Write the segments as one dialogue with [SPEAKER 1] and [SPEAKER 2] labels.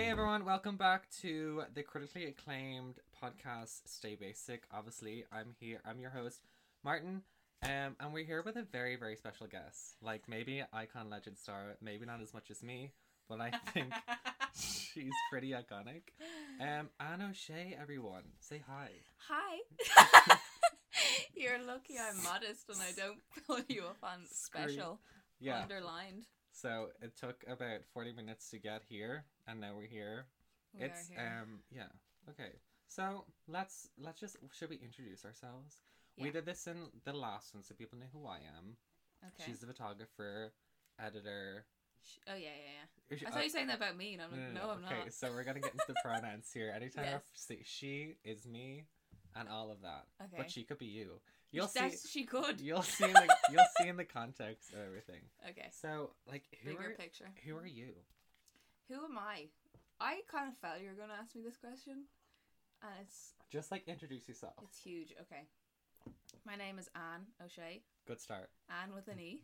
[SPEAKER 1] Welcome back to the critically acclaimed podcast Stay Basic. Obviously, I'm here. I'm your host, Martin. Um, and we're here with a very, very special guest. Like maybe icon legend star, maybe not as much as me, but I think she's pretty iconic. Um, Anne O'Shea, everyone, say hi.
[SPEAKER 2] Hi. You're lucky I'm modest and I don't pull you up on
[SPEAKER 1] Screw-
[SPEAKER 2] special
[SPEAKER 1] Yeah.
[SPEAKER 2] underlined.
[SPEAKER 1] So it took about forty minutes to get here, and now we're here.
[SPEAKER 2] We
[SPEAKER 1] it's
[SPEAKER 2] are here.
[SPEAKER 1] um yeah okay. So let's let's just should we introduce ourselves? We
[SPEAKER 2] Yeah.
[SPEAKER 1] did this in the last one, so people know who I am.
[SPEAKER 2] okay.
[SPEAKER 1] She's a photographer, editor.
[SPEAKER 2] Sh- Oh yeah, yeah,
[SPEAKER 1] Is she-
[SPEAKER 2] yeah. I
[SPEAKER 1] uh,
[SPEAKER 2] thought you were saying that about me, and I'm
[SPEAKER 1] no,
[SPEAKER 2] like,
[SPEAKER 1] no,
[SPEAKER 2] no,
[SPEAKER 1] no,
[SPEAKER 2] I'm
[SPEAKER 1] okay,
[SPEAKER 2] not.
[SPEAKER 1] so we're gonna get into the pronouns here. Anytime I
[SPEAKER 2] Yes.
[SPEAKER 1] say she is me, and all of that,
[SPEAKER 2] Okay.
[SPEAKER 1] but she could be you. You'll see.
[SPEAKER 2] That's- she could.
[SPEAKER 1] You'll see. In the, you'll see in the context of everything.
[SPEAKER 2] Okay.
[SPEAKER 1] So like who
[SPEAKER 2] Bigger
[SPEAKER 1] are
[SPEAKER 2] picture.
[SPEAKER 1] who are you?
[SPEAKER 2] Who am I? I kind of felt you were going to ask me this question, and it's
[SPEAKER 1] Just like introduce yourself.
[SPEAKER 2] it's huge. Okay. My name is Anne O'Shea.
[SPEAKER 1] Good start.
[SPEAKER 2] Anne with an E.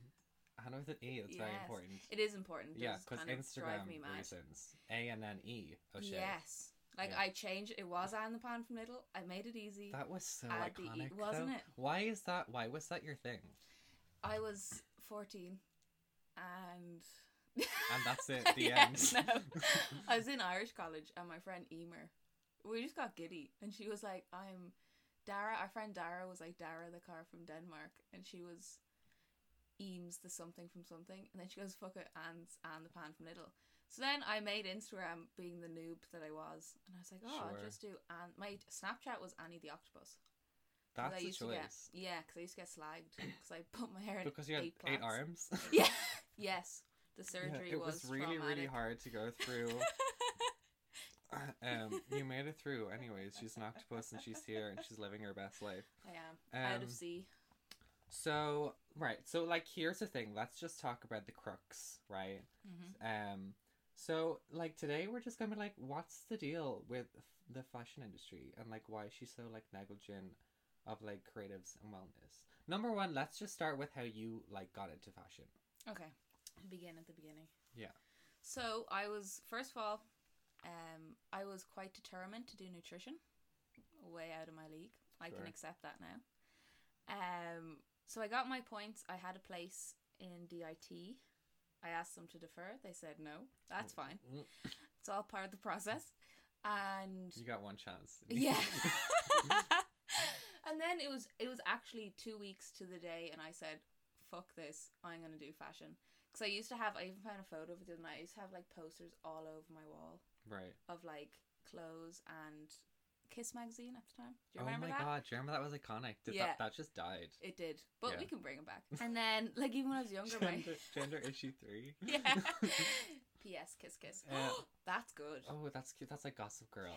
[SPEAKER 1] And with an E, that's very
[SPEAKER 2] Yes.
[SPEAKER 1] important.
[SPEAKER 2] It is important. It
[SPEAKER 1] yeah,
[SPEAKER 2] does
[SPEAKER 1] because
[SPEAKER 2] kind of drive
[SPEAKER 1] Instagram
[SPEAKER 2] me mad.
[SPEAKER 1] reasons. A and then E. O'Shea.
[SPEAKER 2] Yes. Like
[SPEAKER 1] Yeah.
[SPEAKER 2] I changed it. It was Anne the Pan from Little. I made it easy.
[SPEAKER 1] That was so
[SPEAKER 2] Add the E,
[SPEAKER 1] iconic,
[SPEAKER 2] wasn't
[SPEAKER 1] though.
[SPEAKER 2] it?
[SPEAKER 1] Why is that? Why was that your thing?
[SPEAKER 2] I was 14 and.
[SPEAKER 1] And that's it. The
[SPEAKER 2] Yeah,
[SPEAKER 1] end.
[SPEAKER 2] no. I was in Irish college and my friend Emer, we just got giddy and she was like, I'm Dara. Our friend Dara was like Dara the car from Denmark and she was Eames the something from something. And then she goes, fuck it, and, and the pan from Little. So then I made Instagram being the noob that I was. And I was like, oh,
[SPEAKER 1] Sure.
[SPEAKER 2] I'll just do. And my Snapchat was Annie the Octopus. 'Cause
[SPEAKER 1] That's
[SPEAKER 2] I
[SPEAKER 1] a
[SPEAKER 2] used to get,
[SPEAKER 1] choice.
[SPEAKER 2] yeah, because I used to get slagged because I put my hair in
[SPEAKER 1] Because you had eight,
[SPEAKER 2] plaits.
[SPEAKER 1] arms.
[SPEAKER 2] Yeah. yes. The
[SPEAKER 1] Yeah,
[SPEAKER 2] surgery
[SPEAKER 1] it
[SPEAKER 2] was,
[SPEAKER 1] was, really,
[SPEAKER 2] traumatic.
[SPEAKER 1] really hard to go through. um, you made it through, anyways. She's an octopus and she's here and she's living her best life.
[SPEAKER 2] I am out
[SPEAKER 1] Um,
[SPEAKER 2] of sea.
[SPEAKER 1] so right, so like here's the thing. Let's just talk about the crux, right? Um, so like today we're just gonna be like, what's the deal with f- the fashion industry and like why is she so like negligent of like creatives and wellness? Number one, let's just start with how you like got into fashion.
[SPEAKER 2] Okay, begin at the beginning.
[SPEAKER 1] Yeah.
[SPEAKER 2] So I was first of all, um, I was quite determined to do nutrition, way out of my league. I
[SPEAKER 1] Sure.
[SPEAKER 2] can accept that now. Um, so I got my points. I had a place in DIT. I asked them to defer. They said no. That's fine.
[SPEAKER 1] Mm,
[SPEAKER 2] It's all part of the process. And
[SPEAKER 1] You got one chance.
[SPEAKER 2] Yeah. and then it was it was actually two weeks to the day, and I said, "Fuck this! I'm gonna do fashion." Because I used to have, I even found a photo of it the other night. I used to have like posters all over my wall
[SPEAKER 1] right.
[SPEAKER 2] of like clothes and Kiss magazine at the time. Do you
[SPEAKER 1] Oh my
[SPEAKER 2] remember that?
[SPEAKER 1] god, do you remember that was iconic? Did
[SPEAKER 2] Yeah.
[SPEAKER 1] that that just died?
[SPEAKER 2] It did, but
[SPEAKER 1] Yeah.
[SPEAKER 2] we can bring it back. And then, like even when I was younger, my
[SPEAKER 1] Gender, gender issue three.
[SPEAKER 2] yeah. P.S. Kiss kiss.
[SPEAKER 1] Yeah.
[SPEAKER 2] That's good.
[SPEAKER 1] oh, that's cute. That's like Gossip Girl.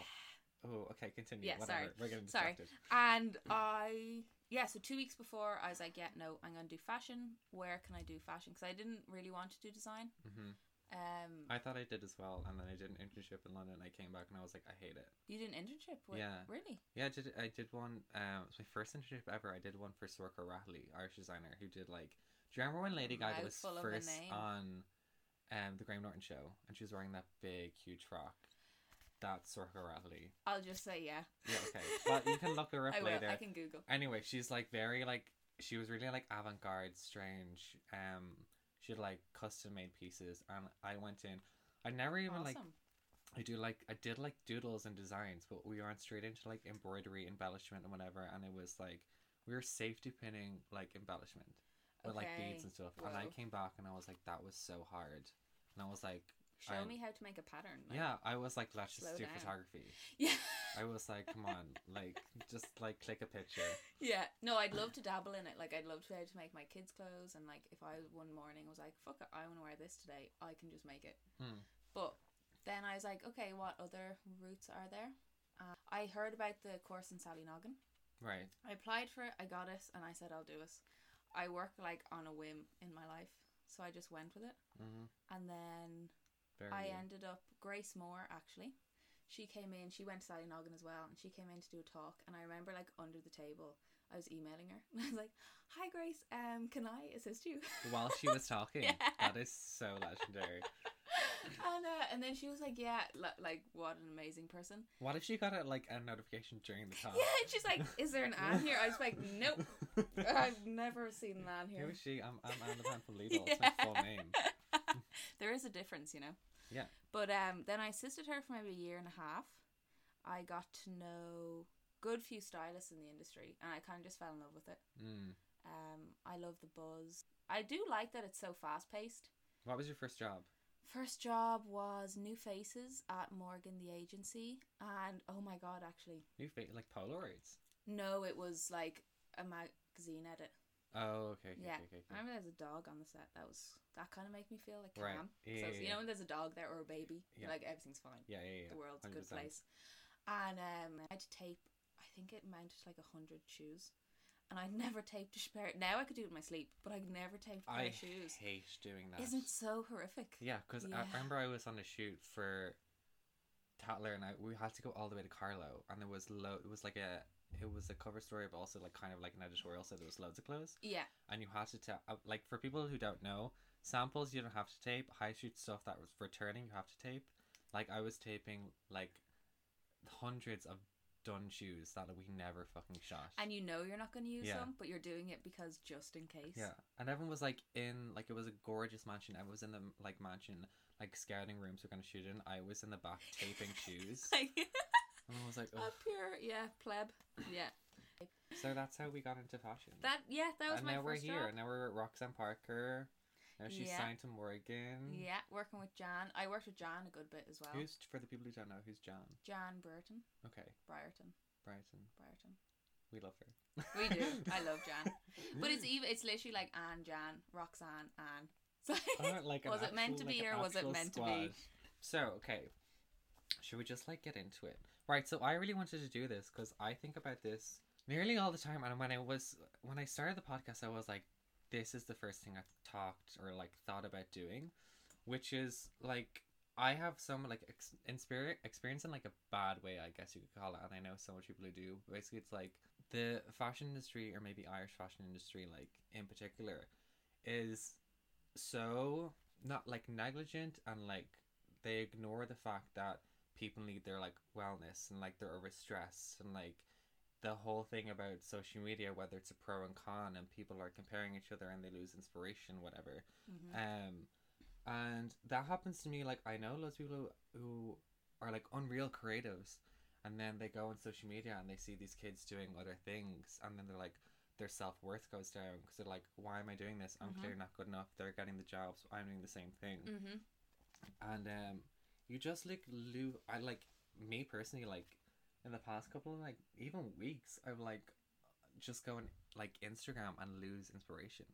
[SPEAKER 1] Oh, okay, continue.
[SPEAKER 2] Yeah,
[SPEAKER 1] Whatever.
[SPEAKER 2] sorry.
[SPEAKER 1] We're getting
[SPEAKER 2] Sorry.
[SPEAKER 1] distracted.
[SPEAKER 2] And I, yeah, so two weeks before, I was like, yeah, no, I'm going to do fashion. Where can I do fashion? Because I didn't really want to do design.
[SPEAKER 1] hmm
[SPEAKER 2] Um,
[SPEAKER 1] I thought I did as well, and then I did an internship in London. and I came back and I was like, I hate it.
[SPEAKER 2] you did an internship with,
[SPEAKER 1] Yeah.
[SPEAKER 2] really?
[SPEAKER 1] Yeah, I did. I did one. Um, it was my first internship ever. I did one for Sorka Ratley, Irish designer, who did like. Do you remember when
[SPEAKER 2] Mm,
[SPEAKER 1] Lady Gaga was
[SPEAKER 2] Mouthful of a
[SPEAKER 1] first
[SPEAKER 2] name.
[SPEAKER 1] on, um, the Graham Norton show, and she was wearing that big, huge frock? That's Sorka Ratley.
[SPEAKER 2] I'll just say yeah.
[SPEAKER 1] Yeah. Okay. well, you can look her up
[SPEAKER 2] I will.
[SPEAKER 1] later.
[SPEAKER 2] I can Google.
[SPEAKER 1] Anyway, she's like very like she was really like avant garde, strange. Um, she had like custom made pieces, and I went in. I never even
[SPEAKER 2] Awesome.
[SPEAKER 1] like I do like I did like doodles and designs, but we went straight into like embroidery, embellishment, and whatever. And it was like we were safety pinning like embellishment with like beads
[SPEAKER 2] Okay,
[SPEAKER 1] and stuff. And I
[SPEAKER 2] whoa.
[SPEAKER 1] came back and I was like, that was so hard. And I was like,
[SPEAKER 2] Show
[SPEAKER 1] I-
[SPEAKER 2] me how to make a pattern. like-
[SPEAKER 1] yeah, I was like, let's just
[SPEAKER 2] slow
[SPEAKER 1] do
[SPEAKER 2] down.
[SPEAKER 1] photography.
[SPEAKER 2] Yeah.
[SPEAKER 1] I was like, come on, like just like click a picture.
[SPEAKER 2] yeah. No, I'd love to dabble in it. Like, I'd love to be able to make my kids' clothes. And, like, if I one morning was like, fuck it, I want to wear this today, I can just make it.
[SPEAKER 1] Hmm.
[SPEAKER 2] But then I was like, okay, what other routes are there? Uh, I heard about the course in Sally Noggin.
[SPEAKER 1] Right.
[SPEAKER 2] I applied for it, I got it, and I said I'll do it. I work like on a whim in my life, so I just went with it.
[SPEAKER 1] Mm-hmm.
[SPEAKER 2] And then
[SPEAKER 1] Very.
[SPEAKER 2] I
[SPEAKER 1] you.
[SPEAKER 2] ended up Grace Moore actually. She came in, she went to Sally Noggin as well, and she came in to do a talk. And I remember like under the table, I was emailing her, and I was like, "Hi Grace, um, can I assist you?"
[SPEAKER 1] While she was talking,
[SPEAKER 2] Yeah.
[SPEAKER 1] that is so legendary.
[SPEAKER 2] and uh, and then she was like, "Yeah, li- like what an amazing person."
[SPEAKER 1] What if she got a, like a notification during the
[SPEAKER 2] Yeah,
[SPEAKER 1] call?
[SPEAKER 2] and she's like, "Is there an ad here?" I was like, "Nope, Uh, I've never seen an ad
[SPEAKER 1] Who
[SPEAKER 2] here."
[SPEAKER 1] is she? I'm I'm Anne the Pan from Lidl. It's my full name.
[SPEAKER 2] there is a difference, you know.
[SPEAKER 1] Yeah.
[SPEAKER 2] But um, then I assisted her for maybe a year and a half. I got to know good few stylists in the industry, and I kind of just fell in love with it.
[SPEAKER 1] Mm.
[SPEAKER 2] Um, I love the buzz. I do like that it's so fast paced.
[SPEAKER 1] What was your first job?
[SPEAKER 2] First job was New Faces at Morgan the agency, and oh my god, actually,
[SPEAKER 1] New fa- like Polaroids.
[SPEAKER 2] no, it was like a magazine edit.
[SPEAKER 1] Oh, okay, okay,
[SPEAKER 2] Yeah.
[SPEAKER 1] okay, okay,
[SPEAKER 2] I remember there's a dog on the set. That was that kind of made me feel like
[SPEAKER 1] Right.
[SPEAKER 2] calm.
[SPEAKER 1] Yeah,
[SPEAKER 2] so
[SPEAKER 1] yeah,
[SPEAKER 2] you
[SPEAKER 1] yeah.
[SPEAKER 2] know when there's a dog there or a baby, you're
[SPEAKER 1] Yeah.
[SPEAKER 2] like everything's fine.
[SPEAKER 1] Yeah, yeah, yeah.
[SPEAKER 2] The world's a good
[SPEAKER 1] 100%.
[SPEAKER 2] place. And um, I had to tape. I think it mounted to, like a hundred shoes, and I never taped a pair. Now I could do it in my sleep, but I never taped a pair
[SPEAKER 1] I
[SPEAKER 2] of shoes.
[SPEAKER 1] hate doing that.
[SPEAKER 2] Isn't it so horrific?
[SPEAKER 1] Yeah, because I
[SPEAKER 2] Yeah.
[SPEAKER 1] remember I was on a shoot for Tatler, and I, we had to go all the way to Carlo, and there was lo- it was like a it was a cover story, but also like kind of like an editorial, so there was loads of clothes,
[SPEAKER 2] Yeah.
[SPEAKER 1] and you had to ta- uh, like for people who don't know, samples you don't have to tape. High shoot stuff that was returning you have to tape. Like I was taping like hundreds of done shoes that we never fucking shot.
[SPEAKER 2] And you know you're not going to use
[SPEAKER 1] Yeah.
[SPEAKER 2] them, but you're doing it because just in case.
[SPEAKER 1] Yeah, and everyone was like in like it was a gorgeous mansion. Everyone was in the like mansion like scouting rooms we're gonna shoot in. I was in the back taping shoes,
[SPEAKER 2] Like, uh,
[SPEAKER 1] and I was like,
[SPEAKER 2] a
[SPEAKER 1] Ugh.
[SPEAKER 2] pure, yeah, pleb. Yeah.
[SPEAKER 1] so that's how we got into fashion.
[SPEAKER 2] That, yeah, that was
[SPEAKER 1] and
[SPEAKER 2] my
[SPEAKER 1] now we're
[SPEAKER 2] first
[SPEAKER 1] here.
[SPEAKER 2] job.
[SPEAKER 1] Now we're at Roxanne Parker. Now she's
[SPEAKER 2] Yeah.
[SPEAKER 1] signed to Morgan.
[SPEAKER 2] Yeah, working with Jan. I worked with Jan a good bit as well.
[SPEAKER 1] Who's for the people who don't know who's Jan?
[SPEAKER 2] Jan Burton.
[SPEAKER 1] Okay,
[SPEAKER 2] Briarton.
[SPEAKER 1] Brighton.
[SPEAKER 2] Briarton.
[SPEAKER 1] We love her.
[SPEAKER 2] We do. I love Jan. But it's even, it's literally like Anne, Jan, Roxanne, Anne. So,
[SPEAKER 1] Oh, like an
[SPEAKER 2] was it meant
[SPEAKER 1] actual-
[SPEAKER 2] to
[SPEAKER 1] like
[SPEAKER 2] be
[SPEAKER 1] an
[SPEAKER 2] or was it
[SPEAKER 1] actual
[SPEAKER 2] meant to be?
[SPEAKER 1] squad. So, okay. Should we just like get into it? Right, so I really wanted to do this because I think about this nearly all the time and when I was when I started the podcast I was like this is the first thing I've talked or like thought about doing, which is like I have some like ex- inspir- experience in like a bad way, I guess you could call it, and I know so much people who do. Basically, it's like the fashion industry or maybe Irish fashion industry, like in particular, is so not like negligent and like they ignore the fact that people need their like wellness and like they're over stress and like the whole thing about social media whether it's a pro and con and people are comparing each other and they lose inspiration whatever
[SPEAKER 2] Mhm.
[SPEAKER 1] um, and that happens to me. Like I know loads of people who, who are like unreal creatives, and then they go on social media and they see these kids doing other things, and then they're like, their self worth goes down because they're like, why am I doing this? I'm
[SPEAKER 2] Mhm.
[SPEAKER 1] clearly not good enough. They're getting the jobs. I'm doing the same thing,
[SPEAKER 2] Mhm.
[SPEAKER 1] and um, you just like lose. I like me personally like in the past couple of like even weeks, I've like just go on like Instagram and lose inspiration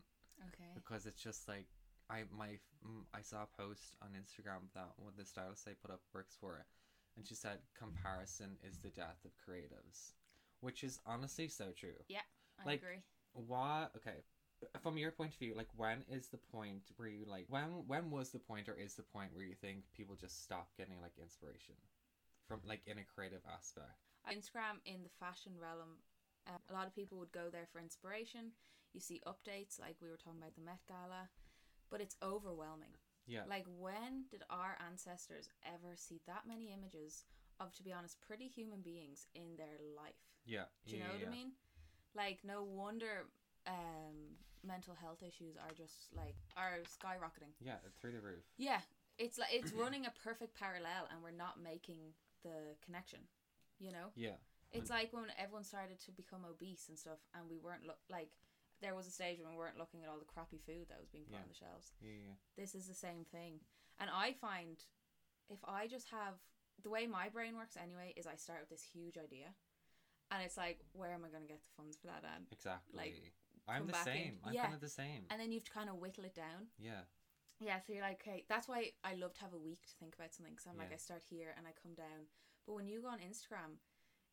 [SPEAKER 2] Okay.
[SPEAKER 1] because it's just like I my mm, I saw a post on Instagram that one of the stylist I put up works for it, and she said comparison is the death of creatives, which is honestly so true.
[SPEAKER 2] I
[SPEAKER 1] Like-
[SPEAKER 2] agree.
[SPEAKER 1] Why? Okay, from your point of view, like when is the point where you like when when was the point or is the point where you think people just stop getting like inspiration from like in a creative aspect?
[SPEAKER 2] Instagram in the fashion realm, uh, a lot of people would go there for inspiration. You see updates like we were talking about the Met Gala, but it's overwhelming.
[SPEAKER 1] Yeah,
[SPEAKER 2] Like, when did our ancestors ever see that many images of, to be honest, pretty human beings in their life?
[SPEAKER 1] yeah.
[SPEAKER 2] Do you
[SPEAKER 1] yeah,
[SPEAKER 2] know what
[SPEAKER 1] yeah.
[SPEAKER 2] I mean? Like, no wonder um, mental health issues are just like are skyrocketing.
[SPEAKER 1] Yeah, through the roof.
[SPEAKER 2] Yeah, it's like it's running a perfect parallel, and we're not making the connection. You know.
[SPEAKER 1] Yeah,
[SPEAKER 2] It's like when everyone started to become obese and stuff, and we weren't look like there was a stage when we weren't looking at all the crappy food that was being put
[SPEAKER 1] Yeah.
[SPEAKER 2] on the shelves.
[SPEAKER 1] yeah, yeah.
[SPEAKER 2] This is the same thing, and I find if I just have the way my brain works anyway is I start with this huge idea, and it's like where am I going to get the funds for that? And
[SPEAKER 1] Exactly. I'm
[SPEAKER 2] come
[SPEAKER 1] the
[SPEAKER 2] back in-
[SPEAKER 1] same. I'm
[SPEAKER 2] yeah.
[SPEAKER 1] kind of the same.
[SPEAKER 2] and then you have to kind of whittle it down.
[SPEAKER 1] yeah.
[SPEAKER 2] Yeah, so you're like, okay, that's why I love to have a week to think about something. Because I'm like,
[SPEAKER 1] Yeah.
[SPEAKER 2] I start here and I come down. But when you go on Instagram,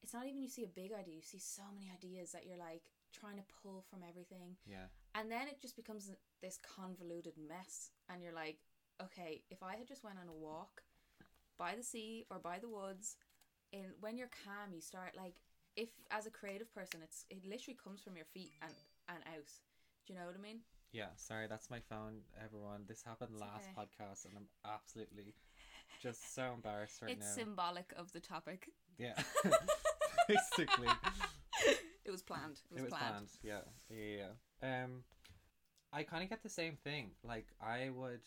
[SPEAKER 2] it's not even you see a big idea. You see so many ideas that you're like trying to pull from everything,
[SPEAKER 1] Yeah,
[SPEAKER 2] and then it just becomes this convoluted mess. And you're like, okay, if I had just went on a walk by the sea or by the woods, and when you're calm, you start like, if as a creative person, it's it literally comes from your feet and and out. Do you know what I mean?
[SPEAKER 1] Yeah, sorry, that's my phone, everyone. This happened
[SPEAKER 2] It's
[SPEAKER 1] last
[SPEAKER 2] okay.
[SPEAKER 1] podcast, and I'm absolutely just so embarrassed right
[SPEAKER 2] it's
[SPEAKER 1] now.
[SPEAKER 2] symbolic of the topic.
[SPEAKER 1] yeah, basically,
[SPEAKER 2] It was planned. It was,
[SPEAKER 1] it was
[SPEAKER 2] planned.
[SPEAKER 1] planned. Yeah, yeah, yeah. Um, I kind of get the same thing. Like, I would,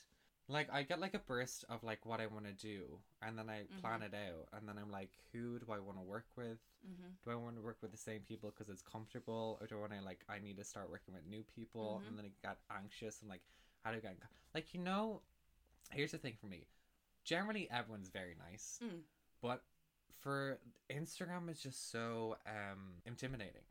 [SPEAKER 1] like, I get like a burst of like what I want to do, and then I plan
[SPEAKER 2] Mm-hmm.
[SPEAKER 1] it out, and then I'm like, who do I want to work with?
[SPEAKER 2] hmm
[SPEAKER 1] do I want to work with the same people because it's comfortable, or do I want to like I need to start working with new people?
[SPEAKER 2] Mhm.
[SPEAKER 1] And then I got anxious and like, how do I get in co- like you know? Here's the thing for me. Generally, everyone's very nice,
[SPEAKER 2] Mm.
[SPEAKER 1] but for Instagram is just so um intimidating.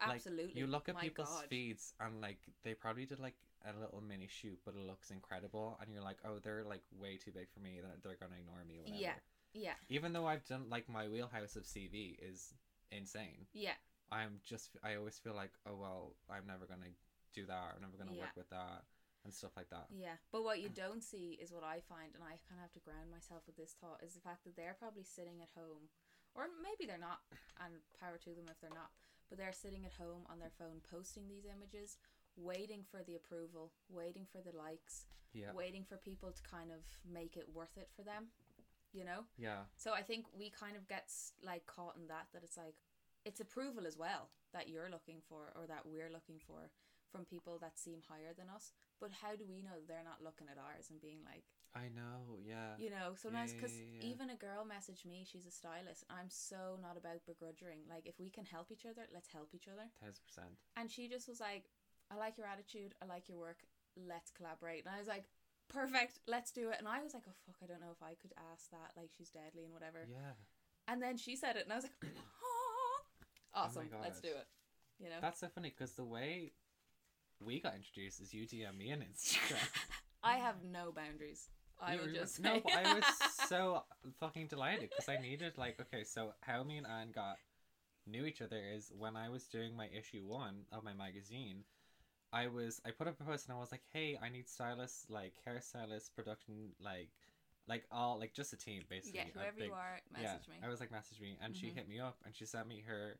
[SPEAKER 1] Like,
[SPEAKER 2] Absolutely.
[SPEAKER 1] You look at
[SPEAKER 2] My
[SPEAKER 1] people's
[SPEAKER 2] God.
[SPEAKER 1] feeds and like they probably did like a little mini shoot, but it looks incredible, and you're like, oh, they're like way too big for me. That they're gonna ignore me. Whatever.
[SPEAKER 2] Yeah. Yeah.
[SPEAKER 1] Even though I've done like my wheelhouse of CV is insane.
[SPEAKER 2] Yeah.
[SPEAKER 1] I'm just I always feel like oh well I'm never gonna do that I'm never gonna work
[SPEAKER 2] Yeah.
[SPEAKER 1] with that and stuff like that.
[SPEAKER 2] Yeah, but what you don't see is what I find, and I kind of have to ground myself with this thought, is the fact that they're probably sitting at home, or maybe they're not, and power to them if they're not, but they're sitting at home on their phone posting these images, waiting for the approval, waiting for the likes,
[SPEAKER 1] Yeah,
[SPEAKER 2] waiting for people to kind of make it worth it for them, you know?
[SPEAKER 1] yeah,
[SPEAKER 2] So I think we kind of get s- like caught in that that it's like it's approval as well that you're looking for or that we're looking for from people that seem higher than us. But how do we know they're not looking at ours and being like,
[SPEAKER 1] I know. Yeah,
[SPEAKER 2] you know, sometimes
[SPEAKER 1] Ah, yeah,
[SPEAKER 2] because
[SPEAKER 1] yeah, yeah.
[SPEAKER 2] even a girl messaged me, she's a stylist. I'm so not about begrudging. Like if we can help each other, let's help each other.
[SPEAKER 1] thousand percent.
[SPEAKER 2] And she just was like, I like your attitude. I like your work. Let's collaborate. And I was like, perfect. Let's do it. And I was like, oh fuck, I don't know if I could ask that. Like she's deadly and whatever.
[SPEAKER 1] Yeah,
[SPEAKER 2] And then she said it, and I was like,
[SPEAKER 1] Oh my
[SPEAKER 2] awesome, let's do
[SPEAKER 1] gosh.
[SPEAKER 2] it. You know,
[SPEAKER 1] that's so funny because the way we got introduced is you DM me on Instagram.
[SPEAKER 2] I have no boundaries. I
[SPEAKER 1] You
[SPEAKER 2] will
[SPEAKER 1] were-
[SPEAKER 2] just
[SPEAKER 1] no,
[SPEAKER 2] say-
[SPEAKER 1] but I was so fucking delighted because I needed like okay, so how me and Anne got knew each other is when I was doing my issue one of my magazine. I was I put up a post and I was like, hey, I need stylists, like hairstylists, production, like, like all like just a team basically.
[SPEAKER 2] yeah,
[SPEAKER 1] a
[SPEAKER 2] whoever
[SPEAKER 1] big-
[SPEAKER 2] you are, message me.
[SPEAKER 1] I was like, message me, and she
[SPEAKER 2] Mhm.
[SPEAKER 1] hit me up and she sent me her,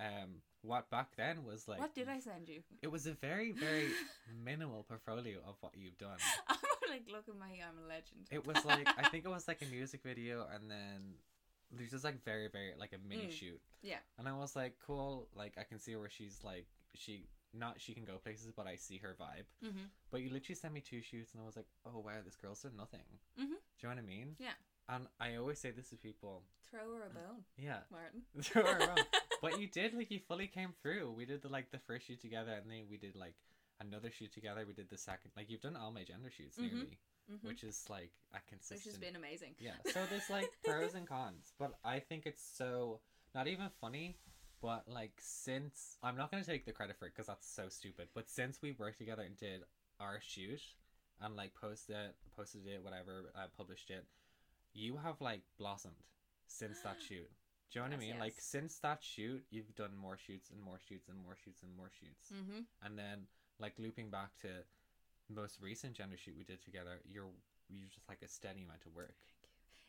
[SPEAKER 1] um, what back then was like.
[SPEAKER 2] what did I send you?
[SPEAKER 1] It was a very very minimal portfolio of what you've done.
[SPEAKER 2] I'm like, look at my, I'm a legend.
[SPEAKER 1] It was like I think it was like a music video, and then there's just like very very like a mini
[SPEAKER 2] Mm,
[SPEAKER 1] shoot.
[SPEAKER 2] yeah.
[SPEAKER 1] And I was like, cool. Like I can see where she's like she not she can go places, but I see her vibe.
[SPEAKER 2] Mhm.
[SPEAKER 1] But you literally sent me two shoots, and I was like, oh wow, this girl's done nothing.
[SPEAKER 2] Mhm.
[SPEAKER 1] Do you know what I mean?
[SPEAKER 2] Yeah.
[SPEAKER 1] And I always say this to people.
[SPEAKER 2] Throw her a bone,
[SPEAKER 1] Yeah.
[SPEAKER 2] Martin.
[SPEAKER 1] They're all wrong. but you did like you fully came through. We did the like the first shoot together, and then we did like another shoot together. We did the second. Like you've done all my gender shoots
[SPEAKER 2] Mhm.
[SPEAKER 1] nearly,
[SPEAKER 2] hmm
[SPEAKER 1] which is like a
[SPEAKER 2] Which
[SPEAKER 1] consistent.
[SPEAKER 2] has been amazing.
[SPEAKER 1] Yeah. So there's like pros and cons, but I think it's so not even funny, but like since I'm not gonna take the credit for it because that's so stupid. But since we worked together and did our shoot and like posted it, posted it, whatever, uh, published it, you have like blossomed since that shoot. Do you know what I
[SPEAKER 2] Yes,
[SPEAKER 1] mean? Like
[SPEAKER 2] yes.
[SPEAKER 1] since that shoot, you've done more shoots and more shoots and more shoots and more shoots
[SPEAKER 2] Mm-hmm.
[SPEAKER 1] and then like looping back to the most recent gender shoot we did together you're you're just like a steady amount of work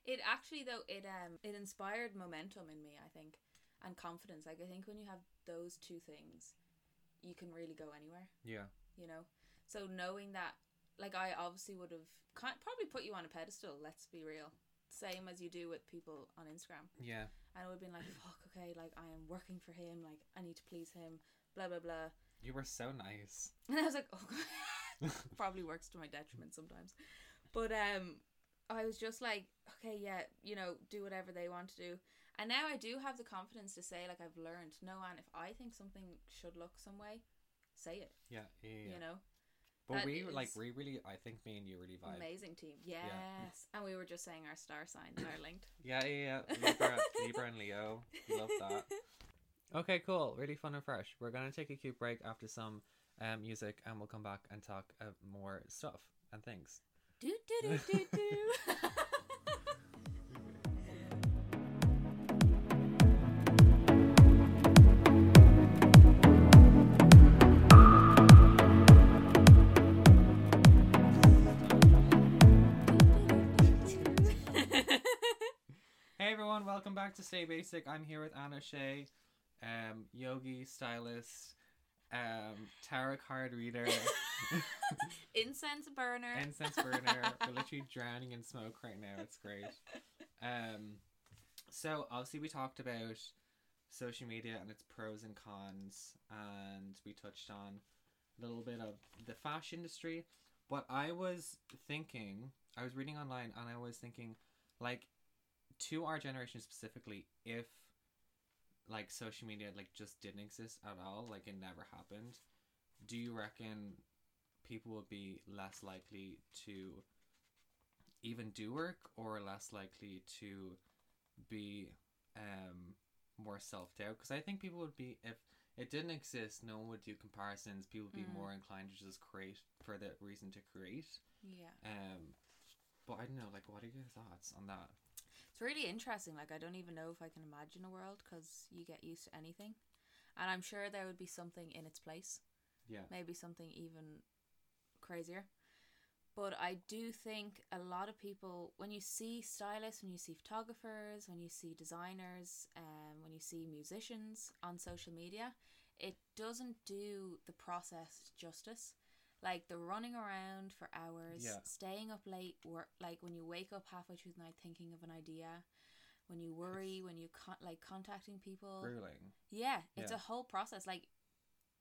[SPEAKER 2] It actually though it um it inspired momentum in me, I think, and confidence. Like I think when you have those two things, you can really go anywhere.
[SPEAKER 1] yeah
[SPEAKER 2] you know so knowing that like i obviously would have can't probably put you on a pedestal let's be real same as you do with people on instagram
[SPEAKER 1] yeah
[SPEAKER 2] and i would have been like fuck okay like i am working for him like i need to please him blah blah blah
[SPEAKER 1] you were so nice
[SPEAKER 2] and i was like oh god probably works to my detriment sometimes but um i was just like okay yeah you know do whatever they want to do and now i do have the confidence to say like i've learned no and if i think something should look some way say it
[SPEAKER 1] yeah yeah, yeah.
[SPEAKER 2] you know
[SPEAKER 1] but
[SPEAKER 2] that
[SPEAKER 1] we like
[SPEAKER 2] is-
[SPEAKER 1] we really i think me and you really vibe
[SPEAKER 2] Amazing team. Yes. And we were just saying our star signs are linked.
[SPEAKER 1] yeah yeah yeah libra, libra and leo love that okay cool really fun and fresh we're gonna take a cute break after some um, music and we'll come back and talk uh, more stuff and things
[SPEAKER 2] do do do do do.
[SPEAKER 1] Hey everyone, welcome back to Stay Basic. I'm here with Anna Shea, um, yogi stylist, um, tarot card reader,
[SPEAKER 2] Incense burner.
[SPEAKER 1] incense burner. We're literally drowning in smoke right now. It's great. Um, so obviously we talked about social media and its pros and cons, and we touched on a little bit of the fashion industry. What I was thinking, I was reading online, and I was thinking, like, to our generation specifically, if like social media like just didn't exist at all, like it never happened, do you reckon people would be less likely to even do work or less likely to be um more self doubt because I think people would be if it didn't exist, no one would do comparisons. People would be
[SPEAKER 2] Mm.
[SPEAKER 1] more inclined to just create for the reason to create.
[SPEAKER 2] Yeah.
[SPEAKER 1] Um, but I don't know. Like, what are your thoughts on that?
[SPEAKER 2] It's really interesting. Like, I don't even know if I can imagine a world because you get used to anything. And I'm sure there would be something in its place,
[SPEAKER 1] Yeah,
[SPEAKER 2] maybe something even crazier. But I do think a lot of people, when you see stylists, when you see photographers, when you see designers, um, when you see musicians on social media, it doesn't do the process justice. Like the running around for hours,
[SPEAKER 1] Yeah.
[SPEAKER 2] staying up late, work like when you wake up halfway through the night thinking of an idea, when you worry, when you con- like contacting people.
[SPEAKER 1] grueling.
[SPEAKER 2] Yeah, it's
[SPEAKER 1] Yeah.
[SPEAKER 2] a whole process. Like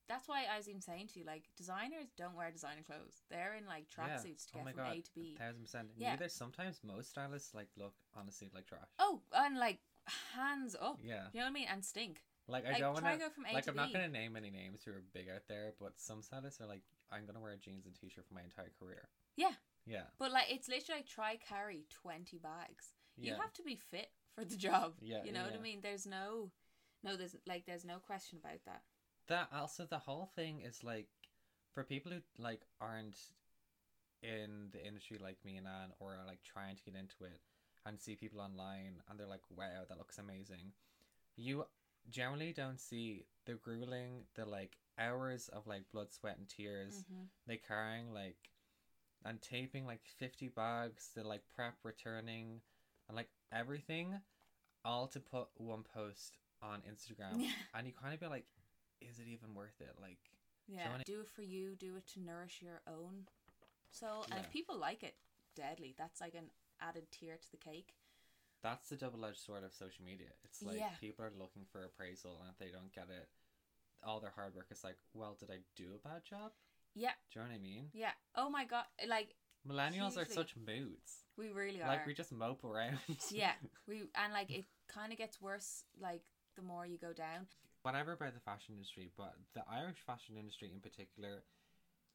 [SPEAKER 2] that's why I was even saying to you, like designers don't wear designer clothes. They're in like
[SPEAKER 1] Yeah. Oh
[SPEAKER 2] tracksuits to get from A to B.
[SPEAKER 1] thousand percent.
[SPEAKER 2] Yeah.
[SPEAKER 1] Neither. Sometimes most stylists like look honestly like trash.
[SPEAKER 2] Oh, and like hands up.
[SPEAKER 1] Yeah,
[SPEAKER 2] You know what I mean? And stink.
[SPEAKER 1] like I
[SPEAKER 2] Oh. Like
[SPEAKER 1] don't
[SPEAKER 2] try
[SPEAKER 1] want
[SPEAKER 2] to
[SPEAKER 1] to.
[SPEAKER 2] go from A
[SPEAKER 1] Like
[SPEAKER 2] to
[SPEAKER 1] I'm
[SPEAKER 2] B.
[SPEAKER 1] not gonna name any names who are big out there, but some stylists are like, I'm gonna wear jeans and t-shirt for my entire career.
[SPEAKER 2] Yeah.
[SPEAKER 1] Yeah.
[SPEAKER 2] But like it's literally like try carry twenty bags.
[SPEAKER 1] Yeah.
[SPEAKER 2] You have to be fit for the job.
[SPEAKER 1] Yeah,
[SPEAKER 2] You know what
[SPEAKER 1] yeah.
[SPEAKER 2] I mean? There's no no there's like there's no question about that.
[SPEAKER 1] that also the whole thing is like for people who like aren't in the industry like me and Anne or are like trying to get into it and see people online and they're like wow that looks amazing you generally don't see the grueling the like hours of like blood sweat and tears
[SPEAKER 2] Mm. Mm-hmm.
[SPEAKER 1] they carrying like and taping like 50 bags to like prep returning and like everything all to put one post on instagram
[SPEAKER 2] Yeah.
[SPEAKER 1] and you kind of be like is it even worth it like
[SPEAKER 2] Yeah.
[SPEAKER 1] wanna-
[SPEAKER 2] Do it for you, do it to nourish your own soul. And
[SPEAKER 1] Yeah.
[SPEAKER 2] if people like it, deadly. That's like an added tier to the cake.
[SPEAKER 1] that's the double-edged sword of social media it's like
[SPEAKER 2] Yeah.
[SPEAKER 1] people are looking for appraisal and if they don't get it all their hard work is like well did i do a bad job
[SPEAKER 2] Yeah,
[SPEAKER 1] do you know what i mean
[SPEAKER 2] yeah. Oh my god, like
[SPEAKER 1] millennials are
[SPEAKER 2] Hugely.
[SPEAKER 1] such moods
[SPEAKER 2] we really are.
[SPEAKER 1] like we just mope around
[SPEAKER 2] yeah, we and like it kind of gets worse like the more you go down.
[SPEAKER 1] whatever about the fashion industry, but the Irish fashion industry in particular,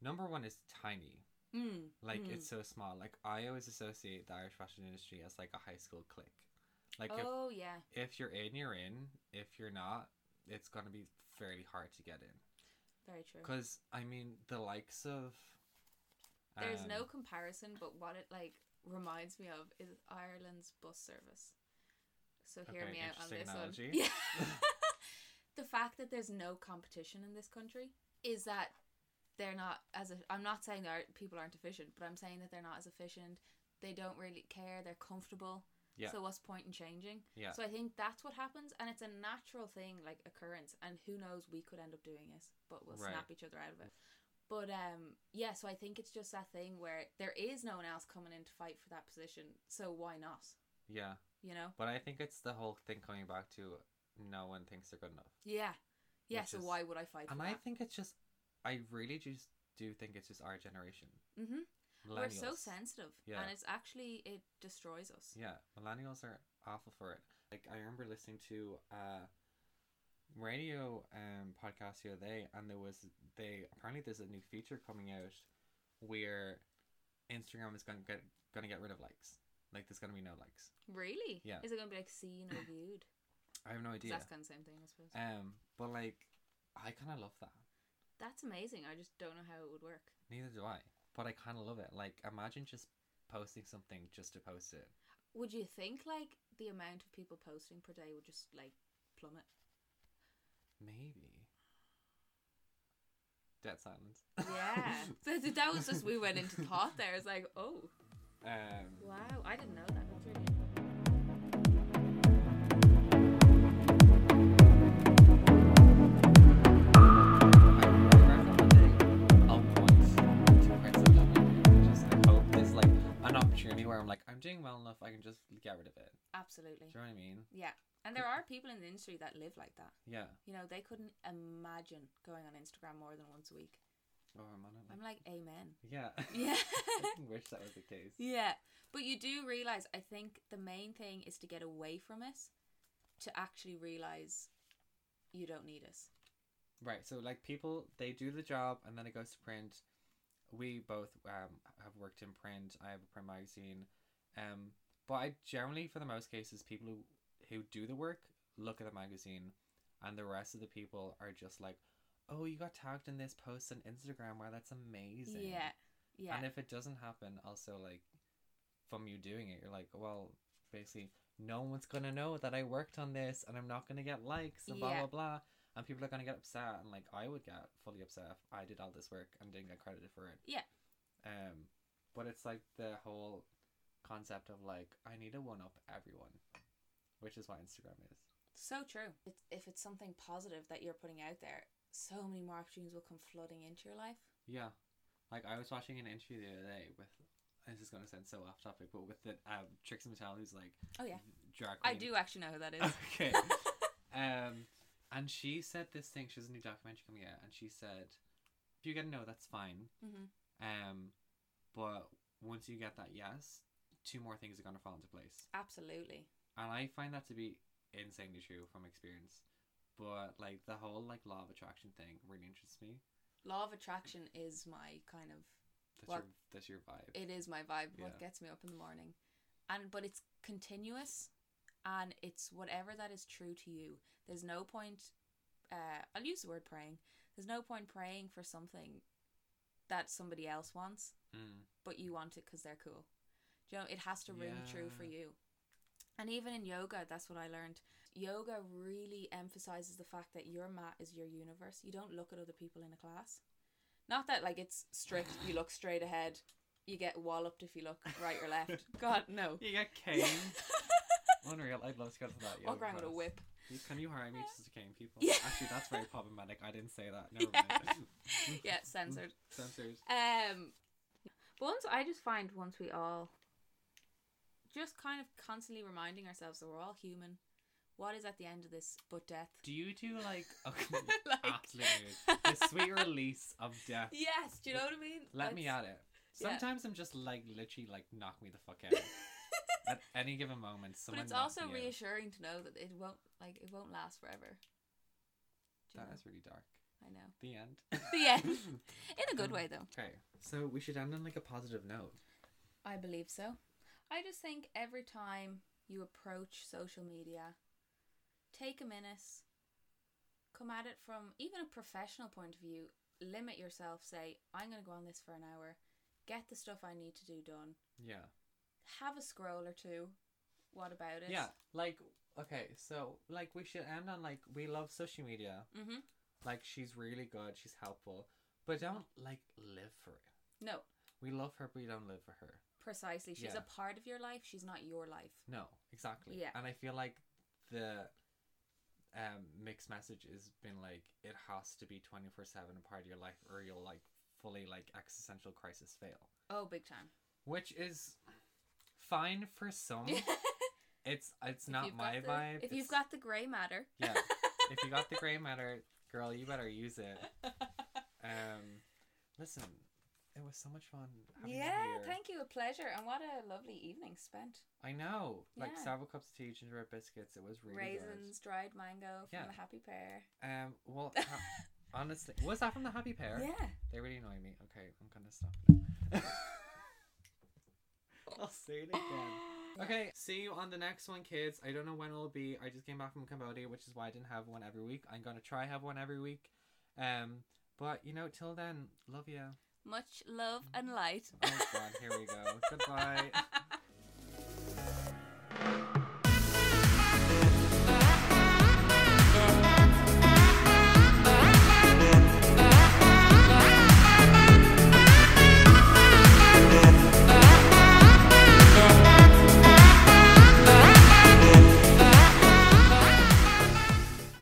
[SPEAKER 1] number one is tiny.
[SPEAKER 2] Mm.
[SPEAKER 1] Like
[SPEAKER 2] Mm.
[SPEAKER 1] it's so small. Like I always associate the Irish fashion industry as like a high school clique. Like
[SPEAKER 2] oh yeah,
[SPEAKER 1] if if you're in, you're in. If you're not, it's gonna be fairly hard to get in.
[SPEAKER 2] very true.
[SPEAKER 1] Because I mean, the likes of
[SPEAKER 2] There's
[SPEAKER 1] um,
[SPEAKER 2] no comparison, but what it like reminds me of is Ireland's bus service. So hear
[SPEAKER 1] Okay,
[SPEAKER 2] me out on
[SPEAKER 1] interesting
[SPEAKER 2] this
[SPEAKER 1] analogy.
[SPEAKER 2] one. Yeah. the fact that there's no competition in this country is that they're not as a, I'm not saying that people aren't efficient, but I'm saying that they're not as efficient. They don't really care. They're comfortable.
[SPEAKER 1] Yeah.
[SPEAKER 2] So what's point in changing?
[SPEAKER 1] Yeah.
[SPEAKER 2] So I think that's what happens, and it's a natural thing, like occurrence. And who knows, we could end up doing this, but we'll
[SPEAKER 1] Right.
[SPEAKER 2] snap each other out of it. But um, yeah. So I think it's just that thing where there is no one else coming in to fight for that position, so why not?
[SPEAKER 1] yeah,
[SPEAKER 2] You know?
[SPEAKER 1] but I think it's the whole thing coming back to no one thinks they're good enough.
[SPEAKER 2] Yeah. Yeah.
[SPEAKER 1] Which
[SPEAKER 2] so
[SPEAKER 1] is-
[SPEAKER 2] why would I fight?
[SPEAKER 1] And
[SPEAKER 2] for
[SPEAKER 1] I
[SPEAKER 2] that?
[SPEAKER 1] think it's just, I really just do think it's just our generation.
[SPEAKER 2] hmm We're so
[SPEAKER 1] Millennials.
[SPEAKER 2] sensitive,
[SPEAKER 1] Yeah.
[SPEAKER 2] and it's actually it destroys us.
[SPEAKER 1] Yeah, millennials are awful for it. Like I remember listening to uh radio um podcast the other day and there was they apparently there's a new feature coming out where Instagram is gonna get gonna get rid of likes. Like there's gonna be no likes.
[SPEAKER 2] Really?
[SPEAKER 1] Yeah.
[SPEAKER 2] Is it going to be like seen or viewed?
[SPEAKER 1] I have no
[SPEAKER 2] 'Cause
[SPEAKER 1] idea.
[SPEAKER 2] That's kind of the same thing, I suppose.
[SPEAKER 1] Um but like I kinda love that.
[SPEAKER 2] that's amazing. I just don't know how it would work.
[SPEAKER 1] Neither do I. But I kinda love it. Like imagine just posting something just to post it.
[SPEAKER 2] Would you think like the amount of people posting per day would just like plummet?
[SPEAKER 1] Maybe. Dead silence.
[SPEAKER 2] Yeah. so th- that was just we went into thought there. It's like, oh
[SPEAKER 1] um
[SPEAKER 2] wow, I didn't know that. That's really interesting.
[SPEAKER 1] I enough, I can just get rid of it.
[SPEAKER 2] Absolutely.
[SPEAKER 1] Do you know what I mean?
[SPEAKER 2] Yeah. And there are people in the industry that live like that.
[SPEAKER 1] Yeah.
[SPEAKER 2] You know, they couldn't imagine going on Instagram more than once a week.
[SPEAKER 1] Oh, I'm on it.
[SPEAKER 2] I'm like, amen.
[SPEAKER 1] yeah.
[SPEAKER 2] Yeah.
[SPEAKER 1] I wish that was the case.
[SPEAKER 2] Yeah. But you do realize, I think the main thing is to get away from us to actually realize you don't need us.
[SPEAKER 1] Right. So like people, they do the job and then it goes to print. We both um, have worked in print. I have a print magazine. Um, but I generally, for the most cases, people who, who do the work look at the magazine, and the rest of the people are just like, "Oh, you got tagged in this post on Instagram. Wow, that's amazing."
[SPEAKER 2] Yeah. Yeah.
[SPEAKER 1] And if it doesn't happen, also like from you doing it, you're like, well, basically, no one's gonna know that I worked on this, and I'm not gonna get likes and blah
[SPEAKER 2] Yeah.
[SPEAKER 1] blah blah, and people are gonna get upset, and like I would get fully upset if I did all this work and didn't get credited for it.
[SPEAKER 2] Yeah.
[SPEAKER 1] Um, but it's like the whole concept of like I need to one up everyone, which is what Instagram is.
[SPEAKER 2] So true. It's, if it's something positive that you're putting out there, so many more opportunities will come flooding into your life.
[SPEAKER 1] Yeah. Like I was watching an interview the other day with. This is gonna sound so off topic, but with the um, Trixie Mattel, who's like,
[SPEAKER 2] Oh, yeah.
[SPEAKER 1] drag
[SPEAKER 2] I
[SPEAKER 1] queen.
[SPEAKER 2] do actually know who that is.
[SPEAKER 1] Okay. um, and she said this thing. She has a new documentary coming out, and she said, "If you get a no, that's fine.
[SPEAKER 2] Mhm.
[SPEAKER 1] Um, but once you get that yes, two more things are gonna fall into place."
[SPEAKER 2] Absolutely.
[SPEAKER 1] And I find that to be insanely true from experience. But like the whole like law of attraction thing really interests me.
[SPEAKER 2] Law of attraction is my kind of
[SPEAKER 1] That's
[SPEAKER 2] Well-
[SPEAKER 1] your that's your vibe.
[SPEAKER 2] it is my vibe
[SPEAKER 1] Yeah.
[SPEAKER 2] what gets me up in the morning and but it's continuous and it's whatever that is true to you there's no point uh, i'll use the word praying there's no point praying for something that somebody else wants
[SPEAKER 1] Mm.
[SPEAKER 2] but you want it because they're cool Do you know it has to ring true for
[SPEAKER 1] Yeah.
[SPEAKER 2] you and even in yoga that's what i learned yoga really emphasizes the fact that your mat is your universe you don't look at other people in a class not that like it's strict you look straight ahead you get walloped if you look right or left god no
[SPEAKER 1] You get cane. Unreal. I'd love to go to that.
[SPEAKER 2] walk
[SPEAKER 1] yoga
[SPEAKER 2] around with a
[SPEAKER 1] class.
[SPEAKER 2] whip
[SPEAKER 1] You- Can you hire me just to cane people?
[SPEAKER 2] Yeah.
[SPEAKER 1] Actually, that's very problematic. I didn't say that. Never mind.
[SPEAKER 2] yeah censored
[SPEAKER 1] Sensors.
[SPEAKER 2] Um, but once I just find once we all just kind of constantly reminding ourselves that we're all human. What is at the end of this but death?
[SPEAKER 1] Do you do like okay,
[SPEAKER 2] Like-
[SPEAKER 1] Hmm. absolutely the sweet release of death?
[SPEAKER 2] Yes, do you know what I mean?
[SPEAKER 1] Let me
[SPEAKER 2] That's-
[SPEAKER 1] at it.
[SPEAKER 2] yeah.
[SPEAKER 1] Sometimes I'm just like literally like knock me the fuck out at any given moment.
[SPEAKER 2] but
[SPEAKER 1] Someone
[SPEAKER 2] it's
[SPEAKER 1] knocks
[SPEAKER 2] also
[SPEAKER 1] me out.
[SPEAKER 2] reassuring to know that it won't like it won't last forever. Do you
[SPEAKER 1] That
[SPEAKER 2] know?
[SPEAKER 1] is really dark.
[SPEAKER 2] I know.
[SPEAKER 1] The end.
[SPEAKER 2] The end. In a good
[SPEAKER 1] Um,
[SPEAKER 2] way though.
[SPEAKER 1] okay, so we should end on like a positive note.
[SPEAKER 2] I believe so. I just think every time you approach social media, take a minute, come at it from even a professional point of view, limit yourself, say, I'm going to go on this for an hour, get the stuff I need to do done,
[SPEAKER 1] Yeah.
[SPEAKER 2] have a scroll or two. What about it?
[SPEAKER 1] Yeah. Like okay, so like we should end on like we love social media.
[SPEAKER 2] Mm-hmm.
[SPEAKER 1] Like she's really good. She's helpful, but don't like live for it.
[SPEAKER 2] No,
[SPEAKER 1] We love her, but we don't live for her.
[SPEAKER 2] precisely. She's
[SPEAKER 1] Yeah.
[SPEAKER 2] a part of your life, she's not your life.
[SPEAKER 1] No, exactly.
[SPEAKER 2] Yeah.
[SPEAKER 1] And I feel like the um mixed message has been like it has to be 24/7 a part of your life or you'll like fully like existential crisis fail,
[SPEAKER 2] Oh, big time.
[SPEAKER 1] which is fine for some. Oh, it's it's
[SPEAKER 2] If
[SPEAKER 1] not
[SPEAKER 2] you've
[SPEAKER 1] my
[SPEAKER 2] got the-
[SPEAKER 1] vibe.
[SPEAKER 2] If you've
[SPEAKER 1] it's-
[SPEAKER 2] got the grey matter.
[SPEAKER 1] Yeah. If you got the gray matter, girl, you better use it. Um listen, it was so much fun having
[SPEAKER 2] yeah,
[SPEAKER 1] you here.
[SPEAKER 2] thank you. A pleasure. And what a lovely evening spent.
[SPEAKER 1] I know. Like
[SPEAKER 2] Yeah.
[SPEAKER 1] several cups of tea, gingerbread biscuits. It was really good.
[SPEAKER 2] raisins, dried mango from
[SPEAKER 1] Yeah.
[SPEAKER 2] the happy pair.
[SPEAKER 1] Um. Well, ha- honestly, was that from the Happy Pair?
[SPEAKER 2] Yeah.
[SPEAKER 1] They really annoy me. Okay, I'm gonna stop. now. I'll say it again. Okay, see you on the next one, kids. I don't know when it'll be. I just came back from Cambodia, which is why I didn't have one every week. I'm gonna try have one every week. Um. But you know, till then, love you.
[SPEAKER 2] Much love and light.
[SPEAKER 1] Oh God, here we go. Goodbye.